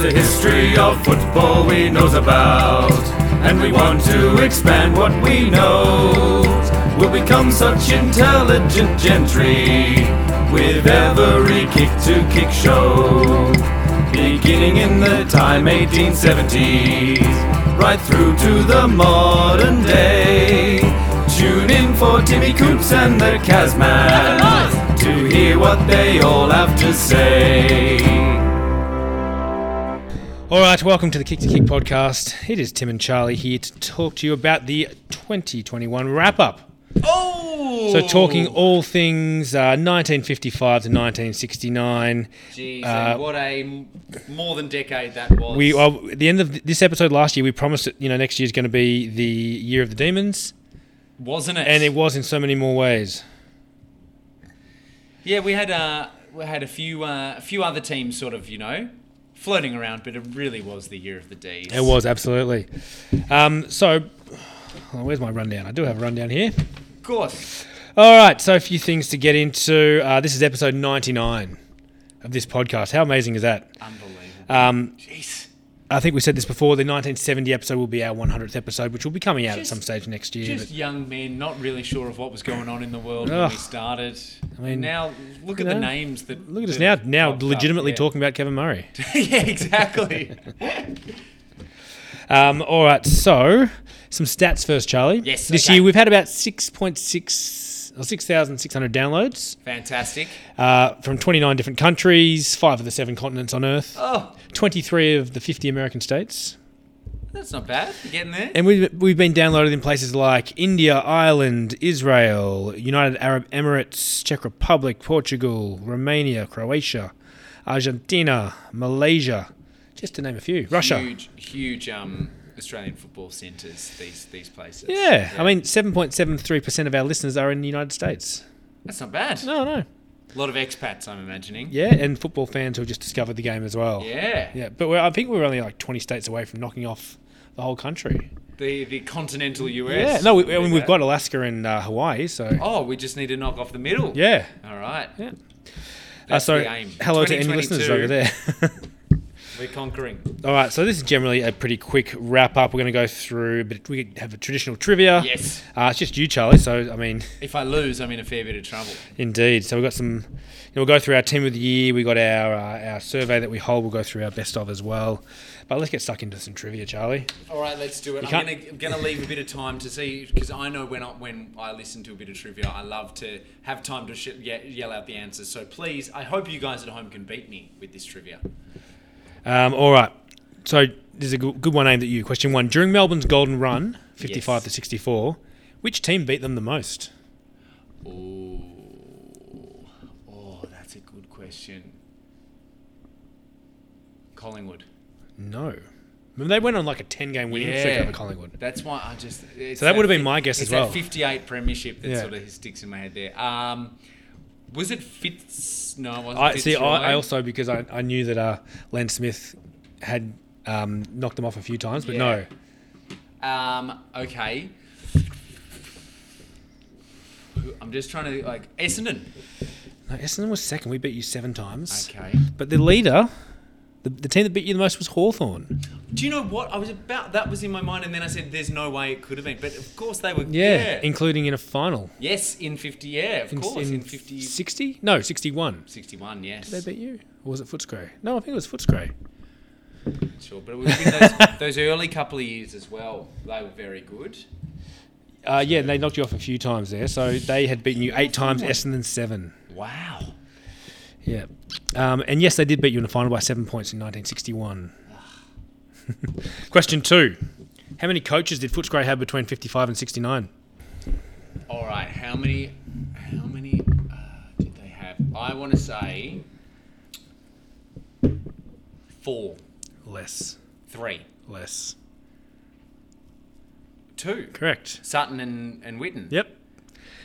the history of football we knows about, and we want to expand what we know. We'll become such intelligent gentry with every kick to kick show. Beginning in the time 1870s, right through to the modern day. Tune in for Timmy Coops and the Kazman to hear what they all have to say. All right, welcome to the Kick to Kick podcast. It is Tim and Charlie here to talk to you about the 2021 wrap up. Oh! So, talking all things uh, 1955 to 1969. Jeez, uh, and what a m- more than decade that was. We uh, at the end of this episode last year, we promised that you know next year is going to be the year of the demons, wasn't it? and it was in so many more ways. yeah, we had uh, we had a few uh, a few other teams sort of you know floating around, but it really was the year of the D's. It was absolutely. Um, so, oh, where's my rundown? I do have a rundown here. of course. All right, so a few things to get into. Uh, this is episode 99 of this podcast. How amazing is that? Unbelievable. Um, Jeez. I think we said this before. The 1970 episode will be our 100th episode, which will be coming out Just- at some stage next year. Just young men, not really sure of what was going on in the world when Ugh. we started. I mean, mean, now look you at know, the names that. but look at us that now. have Now, popped up, legitimately yeah. talking about Kevin Murray. yeah, exactly. Um, all right, so some stats first, Charlie. Yes, This okay. year we've had about 6.6 or 6,600 downloads Fantastic. uh, from 29 different countries, five of the seven continents on Earth, Oh, 23 of the 50 American states. that's not bad. You're getting there. And we've, we've been downloaded in places like India, Ireland, Israel, United Arab Emirates, Czech Republic, Portugal, Romania, Croatia, Argentina, Malaysia, just to name a few. Russia. Huge, huge um, Australian football centres. These these places. Yeah, I mean, 7.73% of our listeners are in the United States. that's not bad. No, no. A lot of expats, I'm imagining. Yeah, and football fans who have just discovered the game as well. Yeah. Yeah, but we're, I think we're only like 20 states away from knocking off the whole country. The the continental Yeah, US. no, we, would I be mean, we've that. got Alaska and uh, Hawaii, so. Oh, we just need to knock off the middle. Yeah. All right. Yeah. Uh, That's so, the aim. hello to any listeners 2022. over there. We're conquering. All right, so this is generally a pretty quick wrap up. We're going to go through, but we have a traditional trivia. Yes. Uh, it's just you, Charlie, so, I mean. If I lose, I'm in a fair bit of trouble. Indeed. So we've got some. You know, we'll go through our team of the year. We got our uh, our survey that we hold. We'll go through our best of as well. But let's get stuck into some trivia, Charlie. All right, let's do it. You I'm can't- gonna, I'm gonna leave a bit of time to see because I know when I when I listen to a bit of trivia, I love to have time to sh- ye- yell out the answers. So please, I hope you guys at home can beat me with this trivia. Um, all right. So there's a good, good one aimed at you. Question one: During Melbourne's Golden Run, 55 to Yes. 64, which team beat them the most? Ooh. Oh, that's a good question. Collingwood. No. Remember, they went on like a 10 game winning streak Yeah. over Collingwood. That's why I just. it's So that would've been my fif- guess it's as well. That 58 premiership that Yeah. sort of sticks in my head there. Um, was it Fitz? No, it wasn't. I see. Fitzroy. I, I also because I, I knew that uh, Len Smith had um, knocked them off a few times, but Yeah. no. Um, okay. Who- I'm just trying to like Essendon. No, Essendon was second. We beat you seven times. Okay. But the leader, the, the team that beat you the most was Hawthorn. Do you know what I was about? That was in my mind, and then I said, "There's no way it could have been." But of course they were. Yeah, including in a final. yes, in 50. Yeah, of course, in, 50, 60? No, 61. 61. Yes. Did they beat you? Or was it Footscray? No, I think it was Footscray. Sure, but it was in those, those early couple of years as well. They were very good. Uh, yeah, they knocked you off a few times there. So they had beaten you eight times, Essendon seven. Wow. Yeah. Um, and yes, they did beat you in the final by seven points in 1961. Question two. How many coaches did Footscray have between 55 and 69? All right, how many? How many uh, did they have? I want to say four, Less. three, Less. two. Correct. Sutton and and Witten. Yep.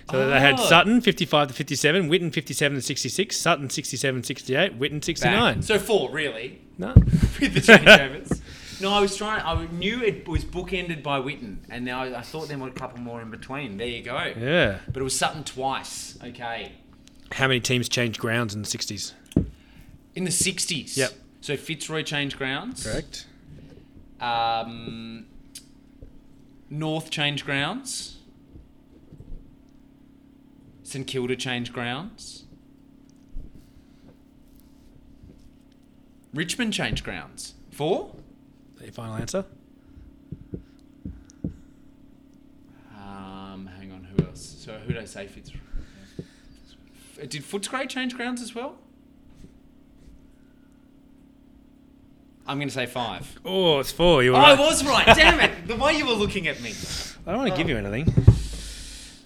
So they had Oh. Sutton 55 to 57, Witten 57 to 66, Sutton 67 68, Witten Back. 69. So four, really, No. with the changeovers. no, I was trying. I knew it was bookended by Witten, and now I, I thought there were a couple more in between. There you go. Yeah. But it was Sutton twice. Okay. How many teams changed grounds in the 60s? In the sixties. Yep. So Fitzroy changed grounds. Correct. Um, North changed grounds. St Kilda changed grounds. Richmond changed grounds. Four? Is that Your final answer. Um, hang on, who else? So who did I say Fitzroy? Did Footscray change grounds as well? I'm going to say five. Oh, it's four. You were Oh, I right. was right. Damn it. The way you were looking at me. I don't want to give you Oh. anything.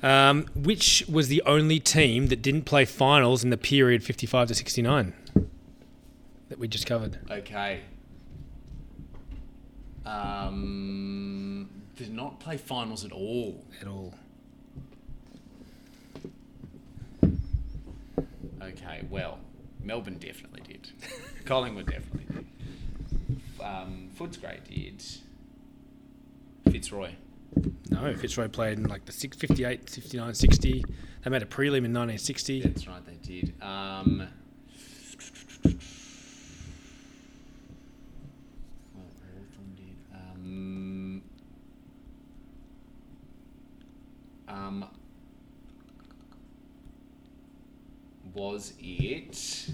Um, which was the only team that didn't play finals in the period 55 to 69 that we just covered? Okay. Um, did not play finals at all. At all. Okay, well, Melbourne definitely did. Collingwood definitely did. Um, Footscray did. Fitzroy. No, Fitzroy played in like the six- 58, 59, 60. They made a prelim in 1960. That's right, they did. Um, what Hawthorn did, um, um, was it?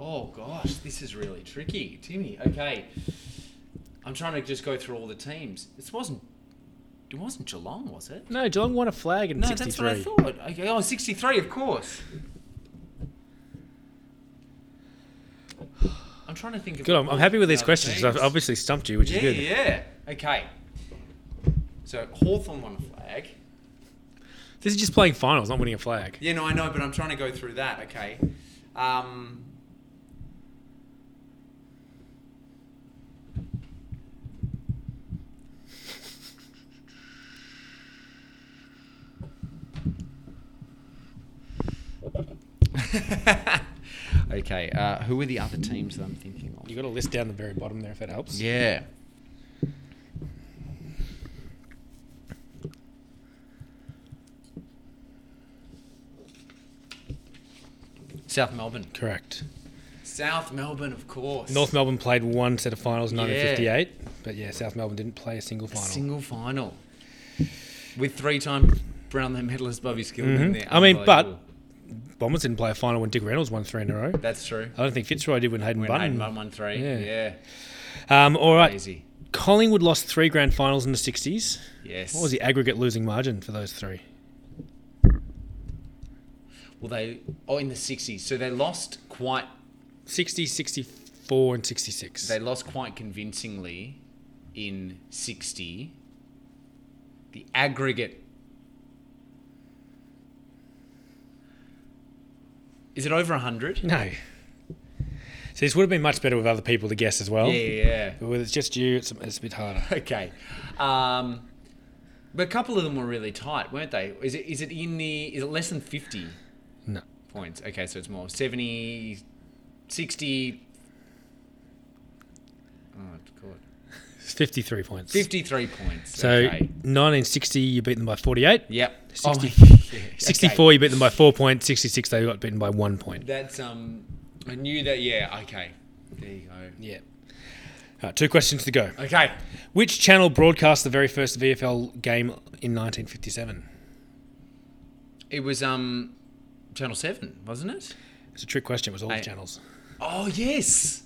Oh gosh, this is really tricky, Timmy. Okay, I'm trying to just go through all the teams. This wasn't. It wasn't Geelong, was it? No, Geelong won a flag in No, 63. that's what I thought. Okay, oh, 63, of course. I'm trying to think of. Good. I'm, I'm happy with these other questions. I've teams. obviously stumped you, which Oh, Yeah, is good. yeah. Okay. So Hawthorn won a flag. This is just playing finals, not winning a flag. Yeah, no, I know, but I'm trying to go through that. Okay. Um, okay. Uh, who are the other teams that I'm thinking of? you got a list down the very bottom there if that helps. Yeah. South Melbourne. Correct. South Melbourne, of course. North Melbourne played one set of finals in Yeah. 1958, but yeah, South Melbourne didn't play a single A final. Single final. With three time Brownlow medalist Bobby Skillman Mhm. there. I mean, but- Unbelievable. Bombers didn't play a final when Dick Reynolds won three in a row. That's true. I don't think Fitzroy did when Hayden When Button. Hayden Button won three. Yeah. Yeah. yeah. Um, all right. Crazy. Collingwood lost three grand finals in the 60s. Yes. What was the aggregate losing margin for those three? Well, they. Oh, in the 60s. So they lost quite 60, 64, and 66. They lost quite convincingly in 60. The aggregate. Is it over 100? no. So this would have been much better with other people to guess as well. Yeah, yeah, But with it's just you, it's, it's a bit harder. yeah. Okay. Um, but a couple of them were really tight, weren't they? Is it, is it in the. Is it less than 50 No. points? Okay, so it's more 70, 60. Oh, God. It's 53 points. 53 points. So okay. 1960, you beat them by 48. Yep. 60 my- yeah, Oh, okay. 64, you beat them by four points. 66, they got beaten by one point. That's um. I knew that. Yeah. Okay. There you go. Yeah. Alright, two questions to go. Okay. Which channel broadcast the very first VFL game in 1957? It was um, Channel Seven, wasn't it? It's a trick question. It was all the I- channels. Oh yes.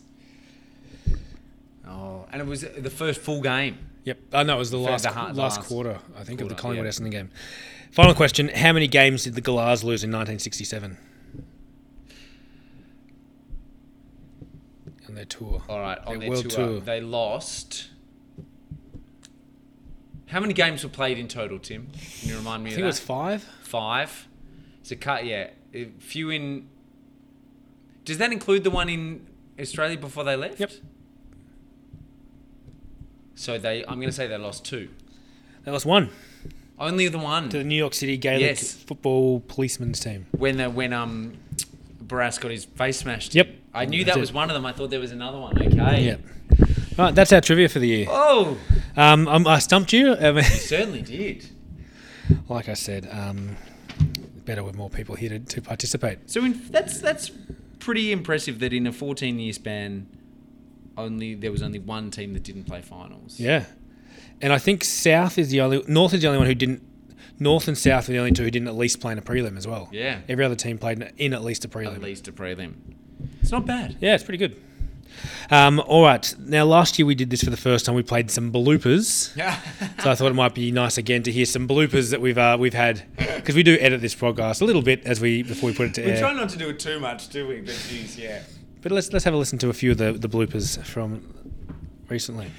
Oh, and it was the first full game. Yep. Oh, no, it was the last the ha- the last last quarter, I think, of the quarter, Collingwood yeah. Essendon game. Final question: How many games did the Galahs lose in 1967 on their tour? All right. On Their their world tour, tour. they lost. How many games were played in total, Tim? Can you remind me I of think it that? was five. five. So cut. Yeah, a few in. Does that include the one in Australia before they left? Yep. So they, I'm going to say they lost two. They lost one Only the to the one New York City Gaelic Yes. football policemen's team. when the when um, Barras got his face smashed. Yep. I knew That's that it. was one of them. I thought there was another one. Okay. Yep. All right, that's our trivia for the year. Oh, Um, I'm, I stumped you. Um, certainly did. like I said, um, better with more people here to, to participate. So in, that's that's pretty impressive that in a 14 year span, only there was only one team that didn't play finals. Yeah, and I think South is the only North is the only one who didn't. North and South are the only two who didn't at least play in a prelim as well. Yeah. every other team played in- in at least a prelim. At least a prelim. It's not bad. Yeah, Um, it's pretty good. Um, all right, now last year we did this for the first time. We played some bloopers. Yeah. So I thought it might be nice again to hear some bloopers that we've uh, we've had because we do edit this podcast a little bit as we before we put it to We try air. not to do it too much, do we? But geez, yeah. But let's let's have a listen to a few of the, the bloopers from recently.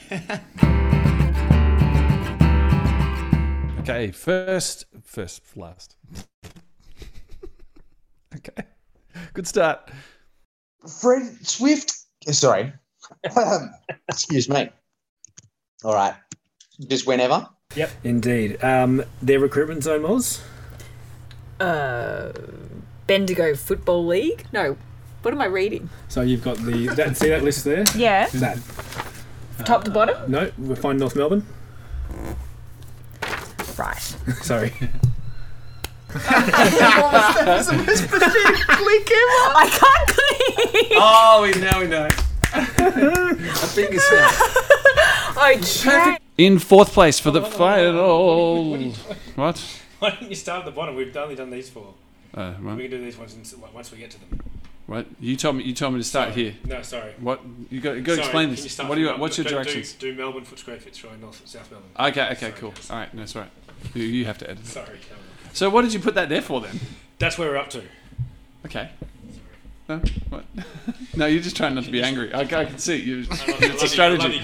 Okay, first, first, last. okay, good start. Fred Swift. eh, Sorry. Um, excuse me. All right. Just whenever. Indeed, um, their recruitment zone was uh, Bendigo Football League. No, what am I reading? so you've got the that, see that list there. Yeah, That top to bottom. no, we find North Melbourne. Right. Sorry, I can't click. Oh, we now we know. I think it's that. Oh, Okay. In fourth place for the final. What? why didn't you start at the bottom? We've only done these four. Uh, right. can do these ones once we get to them. right. You told me. You told me to start here. No, sorry. What? You got? You got to explain this. What do you? What's your directions? Uh, Do, Melbourne foot square foot, try North South Melbourne. Okay. Okay. Cool. All right. No, that's right. You, you have to edit. Sorry. So, what did you put that there for then? That's where we're up to. Okay. No. What? no, you're just trying not to be angry. I, I can see you. It's a strategy.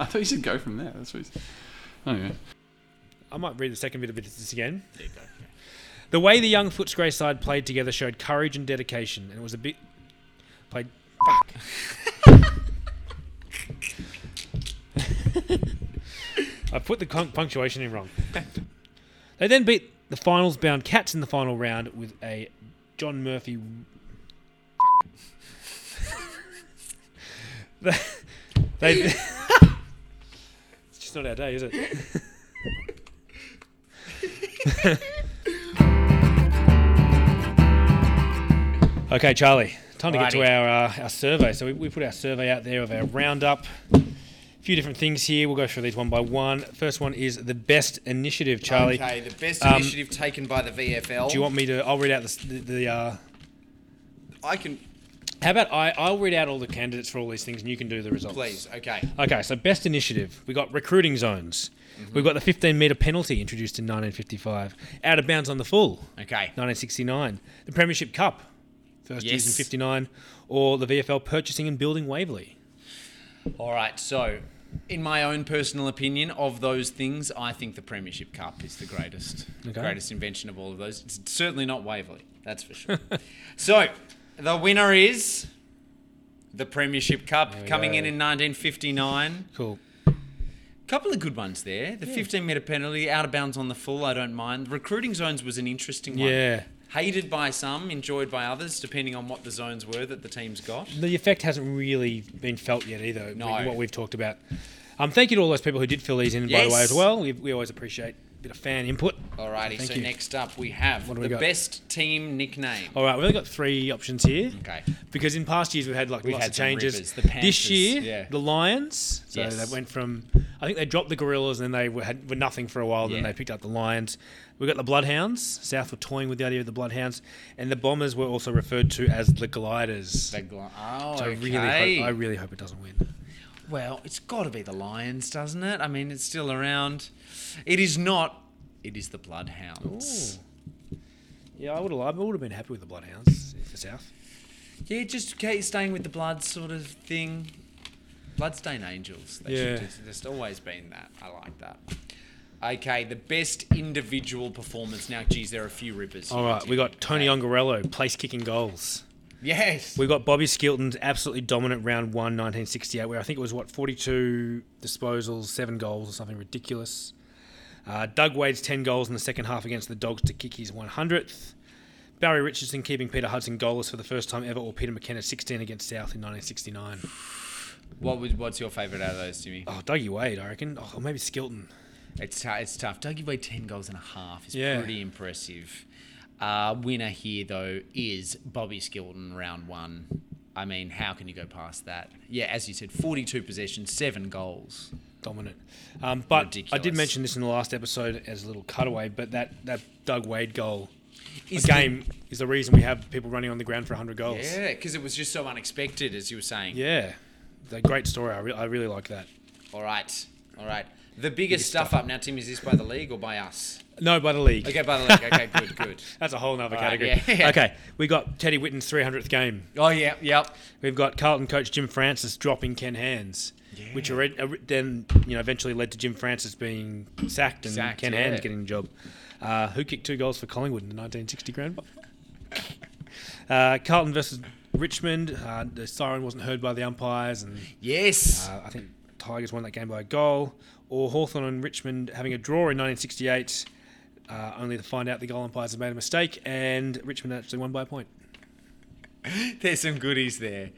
I thought you said go from there. That's what you said. Anyway. I might read the second bit of this again. There you go. The way the young Footscray side played together showed courage and dedication, and it was a bit played. Fuck. I put the con- punctuation in wrong. They then beat the finals bound Cats in the final round with a John Murphy. they. they- it's just not our day, is it? Okay, Charlie, time to get to our, uh, our survey. So we, we put our survey out there of our roundup. A few different things here. We'll go through these one by one. First one is the best initiative, Charlie. Okay, the best Um, initiative taken by the VFL. Do you want me to? I'll read out the. s- the, the uh, I can. how about I, I'll read out all the candidates for all these things and you can do the results. Please. Okay. Okay, so best initiative. We got recruiting zones. Mm-hmm. We've got the 15 metre penalty introduced in 1955. Out of bounds on the full. Okay. 1969. The Premiership Cup, first years in Yes. 59, or the VFL purchasing and building Waverley. All right. So, in my own personal opinion, of those things, I think the Premiership Cup is the greatest, Okay. greatest invention of all of those. It's certainly not Waverley, that's for sure. so, the winner is the Premiership Cup, coming in in 1959. Cool. couple of good ones there. The 15 metre penalty, out of bounds on the full, I don't mind. Recruiting zones was an interesting one. Yeah. Hated by some, enjoyed by others, depending on what the zones were that the teams got. The effect hasn't really been felt yet either, No. with what we've talked about. Um, thank you to all those people who did fill these in, by the way, Yes. as well. We, we always appreciate a bit of fan input. Alrighty, Thank so you. next up we have What do the we got? Oh. best team nickname. All right, we've only got three options here. Okay. Because in past years we've had like We've lots had of some changes. rippers. The this Panthers, year, yeah. the Lions. So Yes. they went from I think they dropped the Gorillas and then they were, had, were nothing for a while. Then Yeah. they picked up the Lions. We got the Bloodhounds. South were toying with the idea of the Bloodhounds, and the Bombers were also referred to as the Gliders. The Gli- oh, So I okay. really, hope, I really hope it doesn't win. well, it's got to be the Lions, doesn't it? I mean, it's still around. It is not. It is the Bloodhounds. Yeah, I would have. I would have been happy with the Bloodhounds for South. Yeah, just keep staying with the blood sort of thing. Bloodstained Angels. They Yeah. should just, just always been that. I like that. Okay, the best individual performance. Now, geez, there are a few rippers. All right, we got Tony Ongarello place kicking goals. Yes. We got Bobby Skilton's absolutely dominant round one, 1968, where I think it was what 42 disposals, seven goals, or something ridiculous. Uh, Doug Wade's 10 goals in the second half against the Dogs to kick his 100th. Barry Richardson keeping Peter Hudson goalless for the first time ever, or Peter McKenna 16 against South in 1969. What was, what's your favourite out of those, Jimmy? Oh, Dougie Wade, I reckon. Oh, or maybe Skilton. It's tou- it's tough. Dougie by ten goals and a half is Yeah. pretty impressive. Uh, winner here though is Bobby Skilton round one. I mean, how can you go past that? Yeah, as you said, forty-two possessions, seven goals. dominant. Um, but I did Ridiculous. mention this in the last episode as a little cutaway, but that, that Doug Wade goal Is the- game is the reason we have people running on the ground for 100 goals. Yeah, because it was just so unexpected, as you were saying. Yeah. The great story. I, re- I really like that. All right, all right. The biggest, stuff up now, Tim, is this by the league or by us? No, by the league. Okay, by the league. Okay, good, good. That's a whole nother Alright, category. yeah, yeah. Okay, we got Teddy Whitten's 300th game. Oh yeah, yep. We've got Carlton coach Jim Francis dropping Ken Hands, which are, are then you know eventually led to Jim Francis being sacked and Sacked, Ken yeah. Hands getting the job. Uh, who kicked two goals for Collingwood in the 1960 Grand Final? Uh, Carlton versus Richmond. Uh, the siren wasn't heard by the umpires, and Yes. uh, I think Tigers won that game by a goal. Or Hawthorn and Richmond having a draw in 1968, uh, only to find out the goal umpires had made a mistake, and Richmond actually won by a point. There's some goodies there.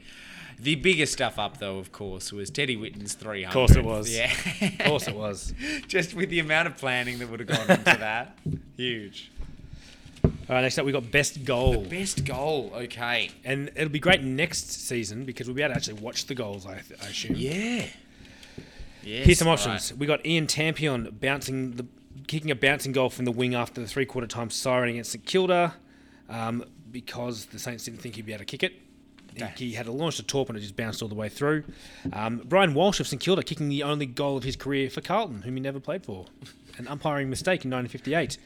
The biggest stuff up, though, of course, was Teddy Whitten's 300. Of course it was. Yeah. Of course it was. Just with the amount of planning that would have gone into that. Huge. All right, next up we got best goal. Best goal. Okay. And it'll be great next season because we'll be able to actually watch the goals, I, I assume. Yeah. Yes, Here's some all options. We got Ian Tampion bouncing the kicking a bouncing goal from the wing after the three quarter time siren against St Kilda um, because the Saints didn't think he'd be able to kick it. He- He had a launch to top and it just bounced all the way through. Um, Brian Walsh of St Kilda kicking the only goal of his career for Carlton, whom he never played for. An umpiring mistake in 1958.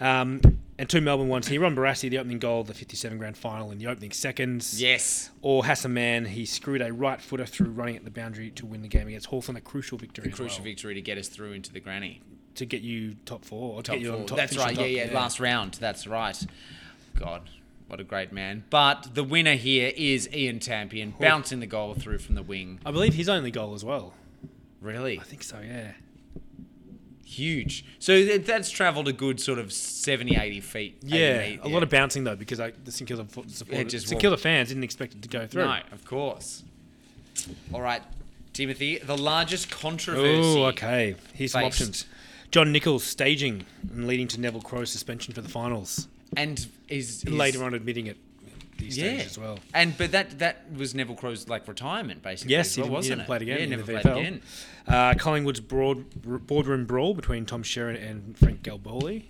Um, and two Melbourne ones here. Ron Barassi, the opening goal, of the 57 grand final in the opening seconds. Yes. Or Hassaman, he screwed a right footer through running at the boundary to win the game against Hawthorn, a crucial victory. as Crucial well victory to get us through into the granny. to get you top four or to Top get you four. on top. That's finish on right. top. yeah, yeah. Last round. That's right. God. What a great man. But the winner here is Ian Tampion, bouncing the goal through from the wing. I believe his only goal as well. Really? I think so. Yeah. huge. So th- that's travelled a good sort of 70, 80 feet. 80, Yeah, eight- a lot of bouncing though because I, the St Kilda fo- supporters, just St walked. Kilda fans didn't expect it to go through. No, of course. All right, Timothy, the largest controversy. Oh, okay. Here's some Based. options. John Nichols staging and leading to Neville Crowe's suspension for the finals. And is, is Later on, admitting it. These yeah. days as well. And but that that was Neville Crowe's like retirement basically. Yes, as he, didn't, well, he wasn't never played it? again. Yeah, in never the played VFL. again. Uh, Collingwood's broad, r- boardroom brawl between Tom Sheeran and Frank Galboli.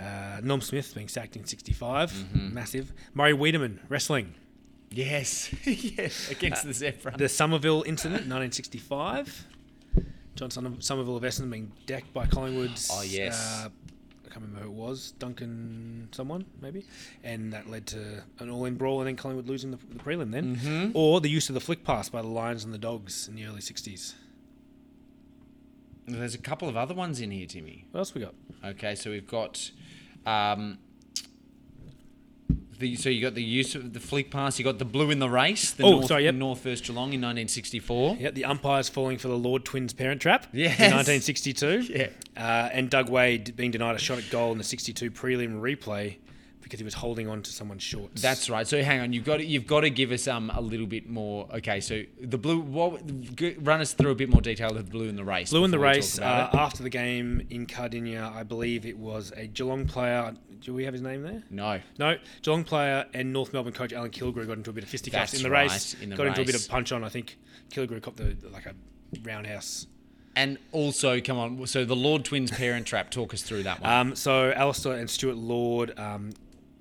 Uh, Norm Smith being sacked in 65. Massive. Murray Wiedemann, wrestling. Yes, yes, against the Zebra. The Somerville incident, 1965. John Son- Somerville of Essendon being decked by Collingwood's. Oh, yes. Uh, I can't remember who it was. Duncan, someone maybe, and that led to an all-in brawl, and then Collingwood losing the, the prelim. Then, or the use of the flick pass by the Lions and the Dogs in the early '60s. There's a couple of other ones in here, Timmy. What else we got? Okay, so we've got um, the so you got the use of the flick pass. You got the blue in the race. The Oh, North, sorry, yep. North versus Geelong in 1964. Yeah, the umpires falling for the Lord Twins parent trap Yes. in 1962. Yeah. Uh, and Doug Wade being denied a shot at goal in the 62 prelim replay because he was holding on to someone's shorts. That's right. So hang on, you've got to, you've got to give us um a little bit more. Okay, so the blue. What g- run us through a bit more detail of the blue in the race? Blue in the before we talk race uh, about it. after the game in Cardinia, I believe it was a Geelong player. Do we have his name there? no. No, Geelong player and North Melbourne coach Alan Kilgrew got into a bit of fisticuffs in That's the right, race. in the got into a bit race. of punch on. I think Kilgrew copped the like a roundhouse And also, come on. So the Lord Twins parent trap. Talk us through that one. Um, so Alistair and Stuart Lord. Um,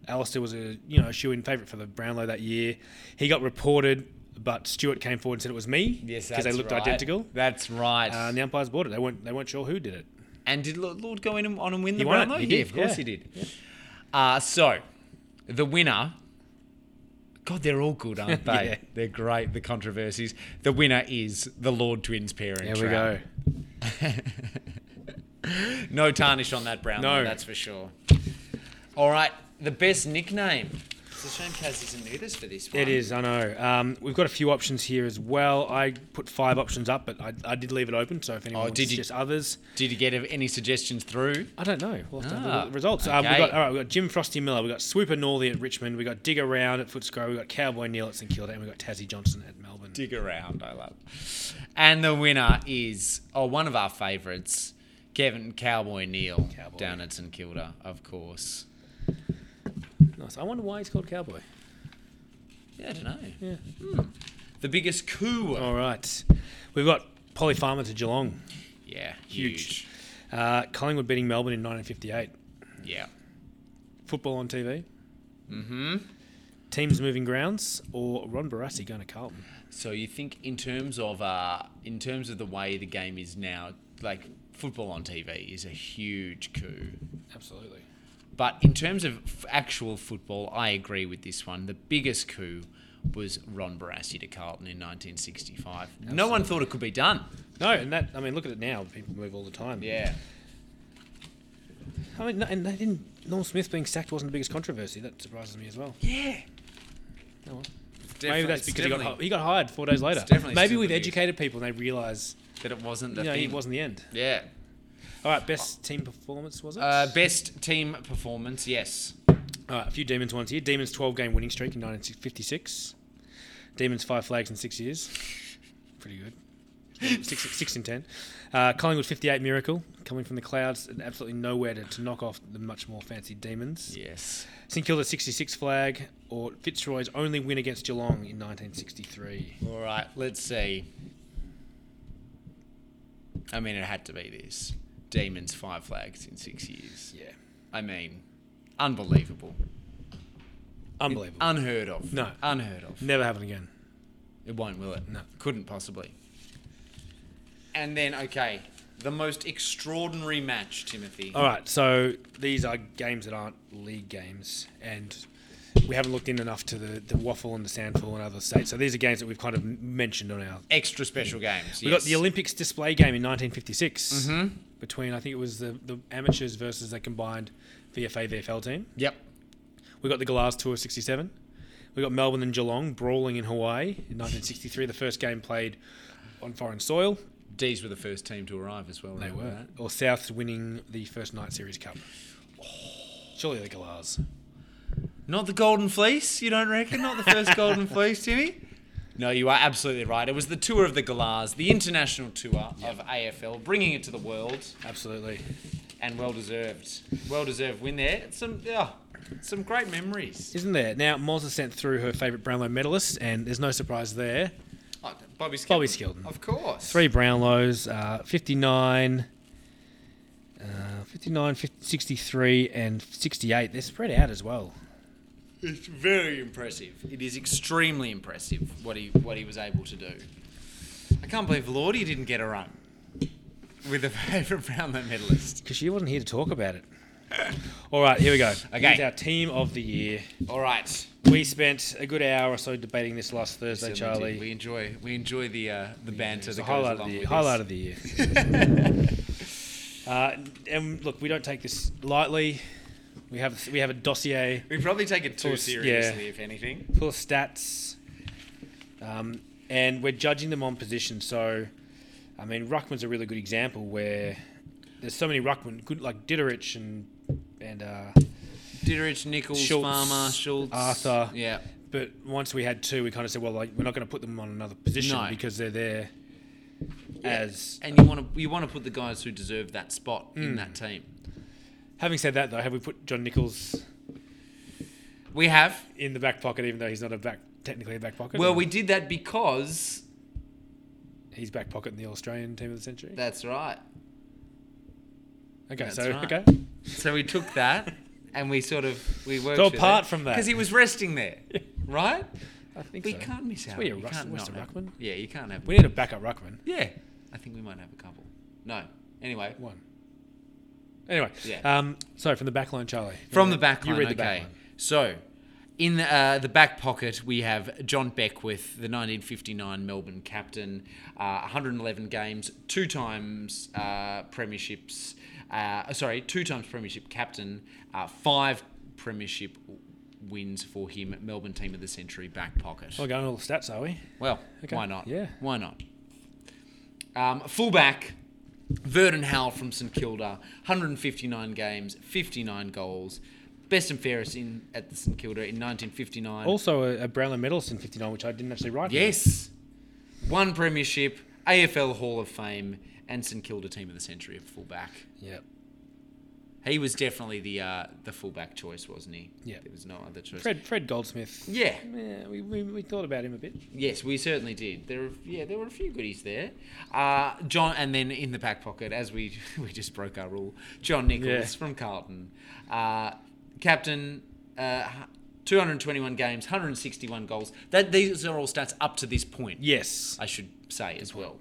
Alistair was a you know shoe in favourite for the Brownlow that year. He got reported, but Stuart came forward and said it was me because they that's looked right. identical. That's right. Uh, and the umpires bought it. They weren't they weren't sure who did it. And did Lord Lord go in and, on and win the won it. Brownlow? He yeah, did, of course yeah. he did. Uh, so, the winner. God, they're all good, aren't they? Yeah. They're great. The controversies. The winner is the Lord Twins parent. There we go. go. No tarnish on that Brownlow. No. that's for sure. All right, the best nickname. It's a shame Kaz isn't with us for this one. It is. I know. Um, we've got a few options here as well. I put five options up, but I, I did leave it open. So if anyone Oh, wants did to you- suggest others, Did you get any suggestions through? I don't know. We'll have to have Ah, the results. Um, we okay. got all right. We got Jim Frosty Miller. We got Swooper Norley at Richmond. We got Digger Round at Footscray. We got Cowboy Neal at St Kilda, and we got Tassie Johnson at Melbourne. dig around. I love. And the winner is oh one of our favourites, Kevin Cowboy Neal Cowboy. down at St Kilda, of course. Nice. I wonder why he's called Cowboy. Yeah, I don't know. Yeah. The biggest coup. All right. We've got Polly Farmer to Geelong. Yeah, Huge. huge. Uh, Collingwood beating Melbourne in 1958. Yeah. Football on TV. Mm-hmm. Teams moving grounds or Ron Barassi going to Carlton. So you think in terms of uh, in terms of the way the game is now, like football on TV is a huge coup. Absolutely. But in terms of f- actual football, I agree with this one. The biggest coup was Ron Barassi to Carlton in 1965. No one thought it could be done. No, and that I mean, look at it now. People move all the time. I mean, no- and they didn't. Norm Smith being sacked wasn't the biggest controversy. That surprises me as well. Yeah. Oh, well. Definitely- Maybe that's because he got, hi- definitely he got hired four days later. It's definitely Maybe still we've the news. educated people and they realise that it wasn't the you know, thing. it wasn't the end. Yeah. All right, best team performance was it? Uh, best team performance, yes. All right, a few Demons ones here. Demons 12 game winning streak in 1956. Demons 5 flags in 6 years. Pretty good. 6, six in 10. Uh, Collingwood 58 Miracle, coming from the clouds and absolutely nowhere to, to knock off the much more fancy Demons. Yes. St Kilda 66 flag, or Fitzroy's only win against Geelong in 1963. All right, let's see. I mean, it had to be this. Demons five flags in six years. Yeah. I mean, unbelievable. Unbelievable. Unheard of. No. Unheard of. Never happen again. It won't, will it? No. Couldn't possibly. And then, okay, the most extraordinary match, Timothy. All right, so these are games that aren't league games, and we haven't looked in enough to the, the waffle and the sandfall and other states. So these are games that we've kind of m- mentioned on our. Extra special games. We yes. got the Olympics display game in 1956 between I think it was the, the amateurs versus the combined VFA VFL team. Yep. We got the Glass Tour 67. We got Melbourne and Geelong brawling in Hawaii in 1963. the first game played on foreign soil. D's were the first team to arrive as well. They remember were. that? Or South winning the first night series cup. Surely the Galahs. Not the Golden Fleece, you don't reckon? Not the first Golden Fleece, Timmy? No, you are absolutely right. It was the tour of the Galahs, the international tour of AFL, bringing it to the world, Absolutely. and well deserved. Well deserved win there. It's some, yeah, some great memories. Isn't there? Now, Moz has sent through her favourite Brownlow medalist, and there's no surprise there. Oh, Bobby Skilton. Bobby Skilton. Of course. Three Brownlows, uh, 59, uh, 59, 50, 63, and 68. They're spread out as well. It's very impressive. It is extremely impressive what he what he was able to do. I can't believe Lordy didn't get a run with the favourite Brownlow medalist. Because she wasn't here to talk about it. All right, here we go. Okay. Here's our team of the year. All right. We spent a good hour or so debating this last Thursday, So Charlie. We enjoy we enjoy the uh, the banter It's the that highlight of goes along the year. with Highlight this. of the year. uh, and look, we don't take this lightly. We have we have a dossier We probably take it too Course, yeah. seriously, if anything. full of stats, um, and we're judging them on position. So, I mean, Ruckman's a really good example where there's so many Ruckman, good like Ditterich and and uh, Ditterich, Nichols, Schultz, Farmer, Schultz, Arthur. Yeah, but once we had two, we kind of said, well, like we're not going to put them on another position No. because they're there as. and you want to you want to put the guys who deserve that spot Hmm. in that team. Having said that, though, have we put John Nichols We have. in the back pocket, even though he's not a back technically a back pocket. Well, Or we did that because he's back pocket in the Australian team of the century. that's right. okay, that's so right. okay, So we took that and we sort of we worked. So apart from that- because he was resting there, right? I think We so. can't miss out. where your You Ruck- can't where's not the have- Ruckman? Yeah, you can't have. We need a backup ruckman. Yeah, I think we might have a couple. No. Anyway, One. Anyway, Yeah. um, sorry from the back line, Charlie. From the back You line, read the okay. back line. So, in the, uh, the back pocket, we have John Beckwith, the 1959 Melbourne captain, uh, 111 games, two times uh, premierships, uh, sorry, two times premiership captain, uh, five premiership wins for him, Melbourne team of the century back pocket. We're going all the stats, are we? Well, Okay. why not? Yeah. Why not? Um, fullback, Verdon Howell from St Kilda, 159 games, 59 goals. Best and fairest in at the St Kilda in 1959. Also, a, a Brownlow medalist in '59, which I didn't actually write. here. yes. One premiership, AFL Hall of Fame, and St Kilda team of the century at fullback. Yep. He was definitely the uh, the fullback choice, wasn't he? Yeah. There was no other choice. Fred Fred Goldsmith. Yeah. Yeah, we, we, we thought about him a bit. Yes, we certainly did. There, were, yeah, there were a few goodies there. Uh, John, and then in the back pocket, as we we just broke our rule, John Nichols Yeah. from Carlton, uh, captain, uh, hu- 221 games, 161 goals. That these are all stats up to this point. Yes. I should say as well.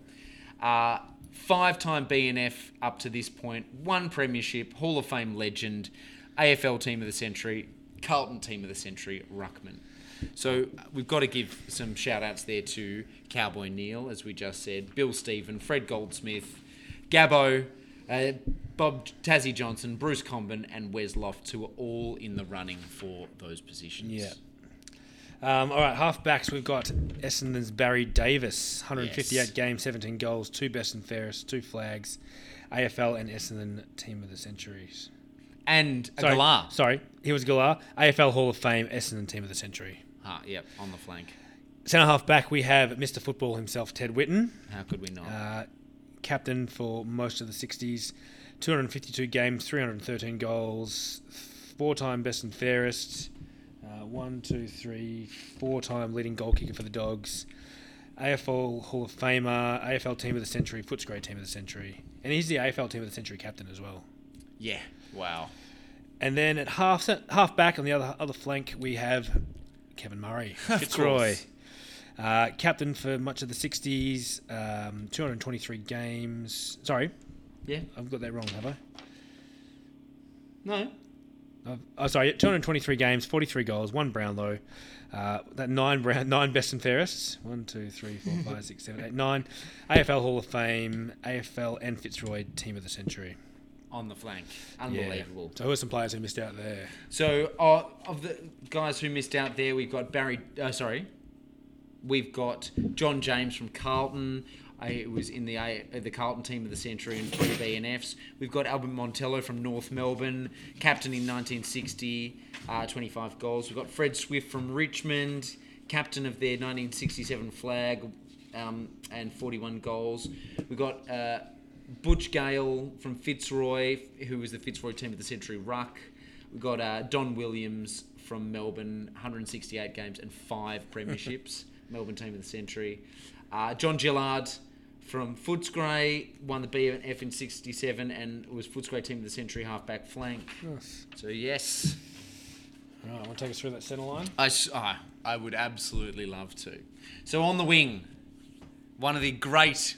Uh, Five time BNF up to this point, one Premiership, Hall of Fame legend, AFL Team of the Century, Carlton Team of the Century, Ruckman. So uh, we've got to give some shout outs there to Cowboy Neil, as we just said, Bill Stephen, Fred Goldsmith, Gabbo, uh, Bob Tassie Johnson, Bruce Comben, and Wes Lofts, who are all in the running for those positions. Yeah. Um, all right, halfbacks. We've got Essendon's Barry Davis, 158 Yes. games, 17 goals, two best and fairest, two flags, AFL and Essendon Team of the Centuries. And Sorry, Galar. Sorry, he was Galar. AFL Hall of Fame, Essendon Team of the Century. Ah, yep, on the flank. Centre half back, we have Mr. Football himself, Ted Whitten, How could we not? uh, captain for most of the 60s, 252 games, 313 goals, four time best and fairest, uh, one, two, three, four time leading goal kicker for the Dogs, AFL Hall of Famer, AFL Team of the Century, Footscray Team of the Century, and he's the AFL Team of the Century captain as well. yeah. Wow. And then at half half back on the other other flank, we have Kevin Murray, Fitzroy, course. uh, captain for much of the '60s, um, 223 games. Sorry, Yeah. I've got that wrong, have I? No. I've, oh, sorry, 223 games, 43 goals, one Brownlow, uh, that nine brown, nine best and fairests. One, two, three, four, five, six, seven, eight, nine. AFL Hall of Fame, AFL and Fitzroy Team of the Century. On the flank. Yeah. Unbelievable. So who are some players who missed out there? So, uh, of the guys who missed out there, we've got Barry. Uh, sorry, we've got John James from Carlton. Uh, it was in the A, uh, the Carlton team of the century and three BNFs. We've got Albert Montello from North Melbourne, captain in 1960, uh, 25 goals. We've got Fred Swift from Richmond, captain of their 1967 flag, um, and 41 goals. We've got. Uh, Butch Gale from Fitzroy, who was the Fitzroy team of the century ruck. We've got uh, Don Williams from Melbourne, 168 games and five premierships, Melbourne team of the century. Uh, John Gillard from Footscray won the BF in 67 and was Footscray team of the century halfback flank. Nice. So, yes. All right, want to take us through that centre line? I, s- ah, I would absolutely love to. So on the wing, one of the great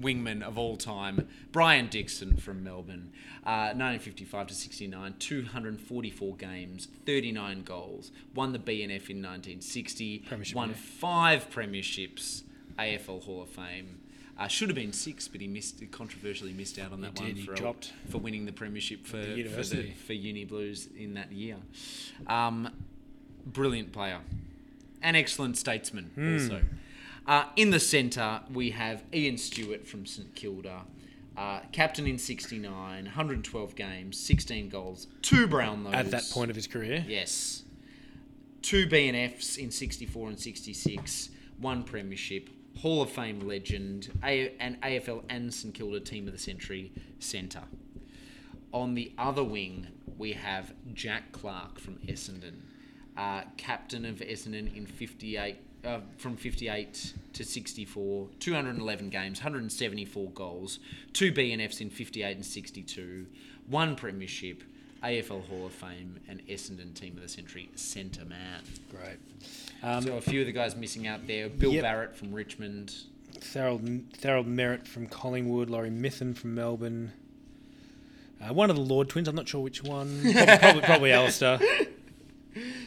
wingmen of all time, Brian Dixon from Melbourne, uh, 1955 to 69, 244 games, 39 goals, won the BNF in 1960, Premiership, won yeah. five premierships, AFL Hall of Fame. Uh, should have been six, but he missed. Controversially missed out on that did, one he for, dropped. for winning the premiership for for, for, the, university. for Uni Blues in that year. Um, brilliant player, an excellent statesman Hmm. also. Uh, in the centre, we have Ian Stewart from St Kilda, uh, captain in 69, 112 games, 16 goals, two Brownlows. At that point of his career, Yes. Two BNFs in 64 and 66, one Premiership, Hall of Fame legend, A- an AFL and St Kilda Team of the Century centre. On the other wing, we have Jack Clark from Essendon, uh, captain of Essendon in 58. Uh, from 58 to 64, 211 games, 174 goals, two BNFs in 58 and 62, one premiership, AFL Hall of Fame, and Essendon Team of the Century centre man. great. Um, So a few of the guys missing out there: Bill Yep. Barrett from Richmond, Therald, Therald Merritt from Collingwood, Laurie Mithen from Melbourne. Uh, one of the Lord twins, I'm not sure which one. Probably, probably, probably Alistair.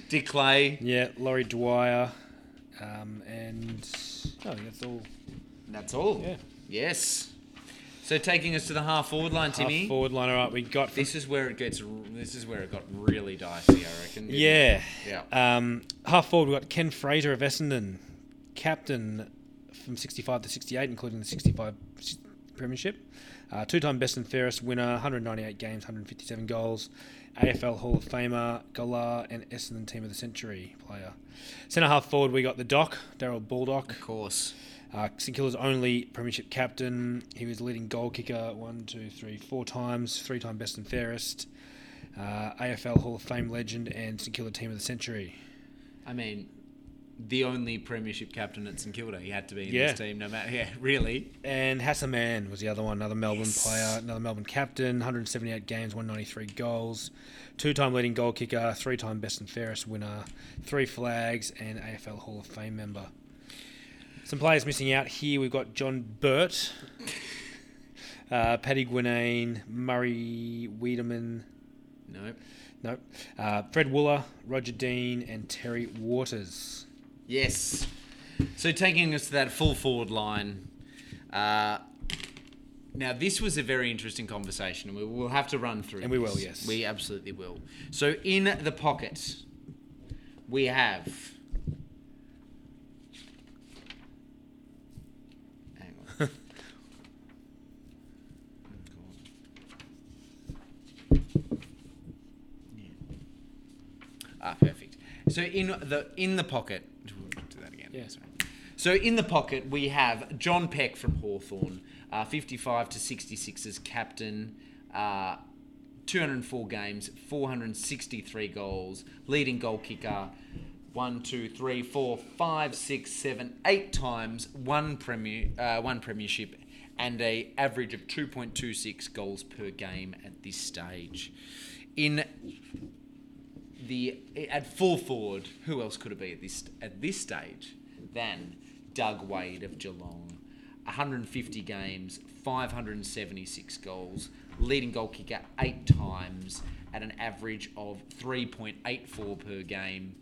Dick Clay. Yeah, Laurie Dwyer. Um, and oh, I think that's all. That's all. Yeah. Yes. So taking us to the half forward line, Timmy. Half forward line, all right, we got. From, This is where it gets. This is where it got really dicey, I reckon. didn't it? yeah. Yeah. Um, half forward, we got Ken Fraser of Essendon, captain from 65 to 68, including the 65 s- premiership. Uh, Two time best and fairest winner, 198 games, 157 goals. AFL Hall of Famer, Galar, and Essendon Team of the Century player. Centre half forward, we got the Doc, Daryl Baldock, Of course. Uh, St Kilda's only premiership captain. He was leading goal kicker one, two, three, four times, three time best and fairest. Uh, AFL Hall of Fame legend and St Kilda Team of the Century. I mean, the only premiership captain at St Kilda. He had to be in Yeah. this team, no matter. Yeah, really. And Hassaman was the other one, another Melbourne player, another Melbourne captain, 178 games, 193 goals, two time leading goal kicker, three time best and fairest winner, three flags, and AFL Hall of Fame member. Some players missing out here we've got John Burt, uh, Paddy Gwinnane, Murray Wiedemann, No. nope, uh, Fred Wooler, Roger Dean, and Terry Waters. Yes. So taking us to that full forward line. Uh, now this was a very interesting conversation, and we will have to run through. And we this. will, yes. we absolutely will. So in the pocket, we have. Hang on. Ah, perfect. So in the in the pocket, we'll do that again. Yeah. sorry. So in the pocket we have John Peck from Hawthorn, uh, 55 to 66 as captain, uh, 204 games, 463 goals, leading goal kicker, one, two, three, four, five, six, seven, eight times, one premier, uh, one premiership, and a average of 2.26 goals per game at this stage. In the at full forward, who else could it be at this at this stage than Doug Wade of Geelong? 150 games, 576 goals, leading goal kicker eight times at an average of 3.84 per game.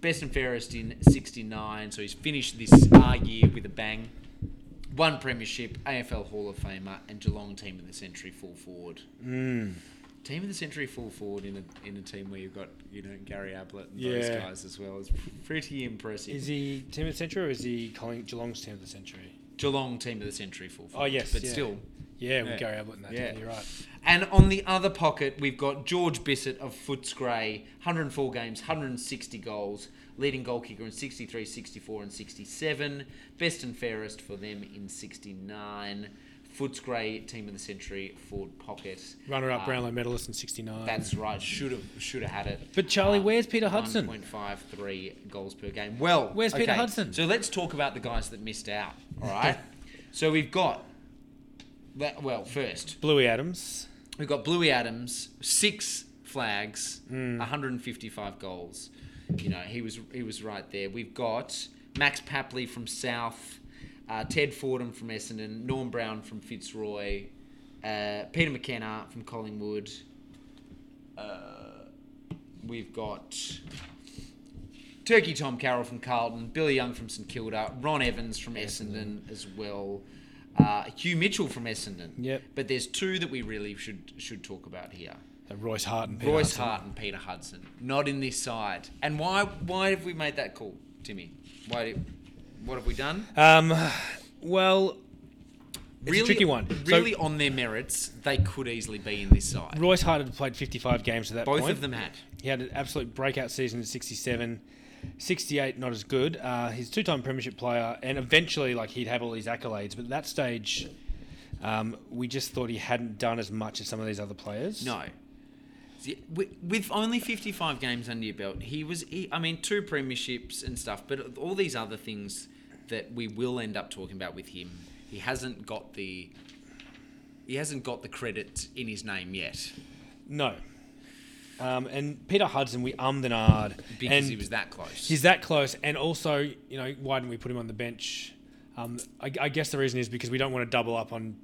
Best and fairest in 69, so he's finished this uh, year with a bang. One premiership, AFL Hall of Famer, and Geelong Team of the Century full forward Mm. team of the century full forward in a, in a team where you've got you know Gary Ablett and those Yeah. guys as well is pretty impressive. Is he Team of the Century or is he calling Geelong's Team of the Century? Geelong team of the century full Oh, forward. yes. but yeah. still. Yeah, Yeah. with Gary Ablett and that. Yeah. Yeah. You're right. And on the other pocket, we've got George Bissett of Footscray, 104 games, 160 goals, leading goal kicker in 63, 64, and 67. Best and fairest for them in 69. Footscray team of the century, forward pocket. Runner up Uh, Brownlow medalist in 69. That's right. Should have should have had it. Uh, But Charlie, where's Peter Hudson? 1.53 goals per game. Well, Where's Peter Hudson? So let's talk about the guys that missed out. All right. so we've got that. Well, first Bluey Adams. we've got Bluey Adams, six flags, 155 goals. You know, he was he was right there. We've got Max Papley from South, uh, Ted Fordham from Essendon, Norm Brown from Fitzroy, uh, Peter McKenna from Collingwood. We've got Turkey Tom Carroll from Carlton, Billy Young from St Kilda, Ron Evans from Essendon as well, uh, Hugh Mitchell from Essendon. Yep. But there's two that we really should should talk about here. Uh, Royce Hart and Peter Royce Hudson. Hart and Peter Hudson, not in this side. And why why have we made that call, Timmy? Why? do- What have we done? Um, well, it's really, a tricky one. So, Really, on their merits, they could easily be in this side. Royce Hart had played 55 games to that Both point. of them had. He had an absolute breakout season in 67. 68, not as good. Uh, he's a two-time premiership player, and eventually, like, he'd have all these accolades. But at that stage, um, we just thought he hadn't done as much as some of these other players. No. See, wi- With only 55 games under your belt, he was, he, I mean, two premierships and stuff, but all these other things that we will end up talking about with him, he hasn't got the. He hasn't got the credit in his name yet No. Um, and Peter Hudson, we ummed and ahed. because and he was that close. He's that close, and also, you know, why didn't we put him on the bench? Um, I, I guess the reason is because we don't want to double up on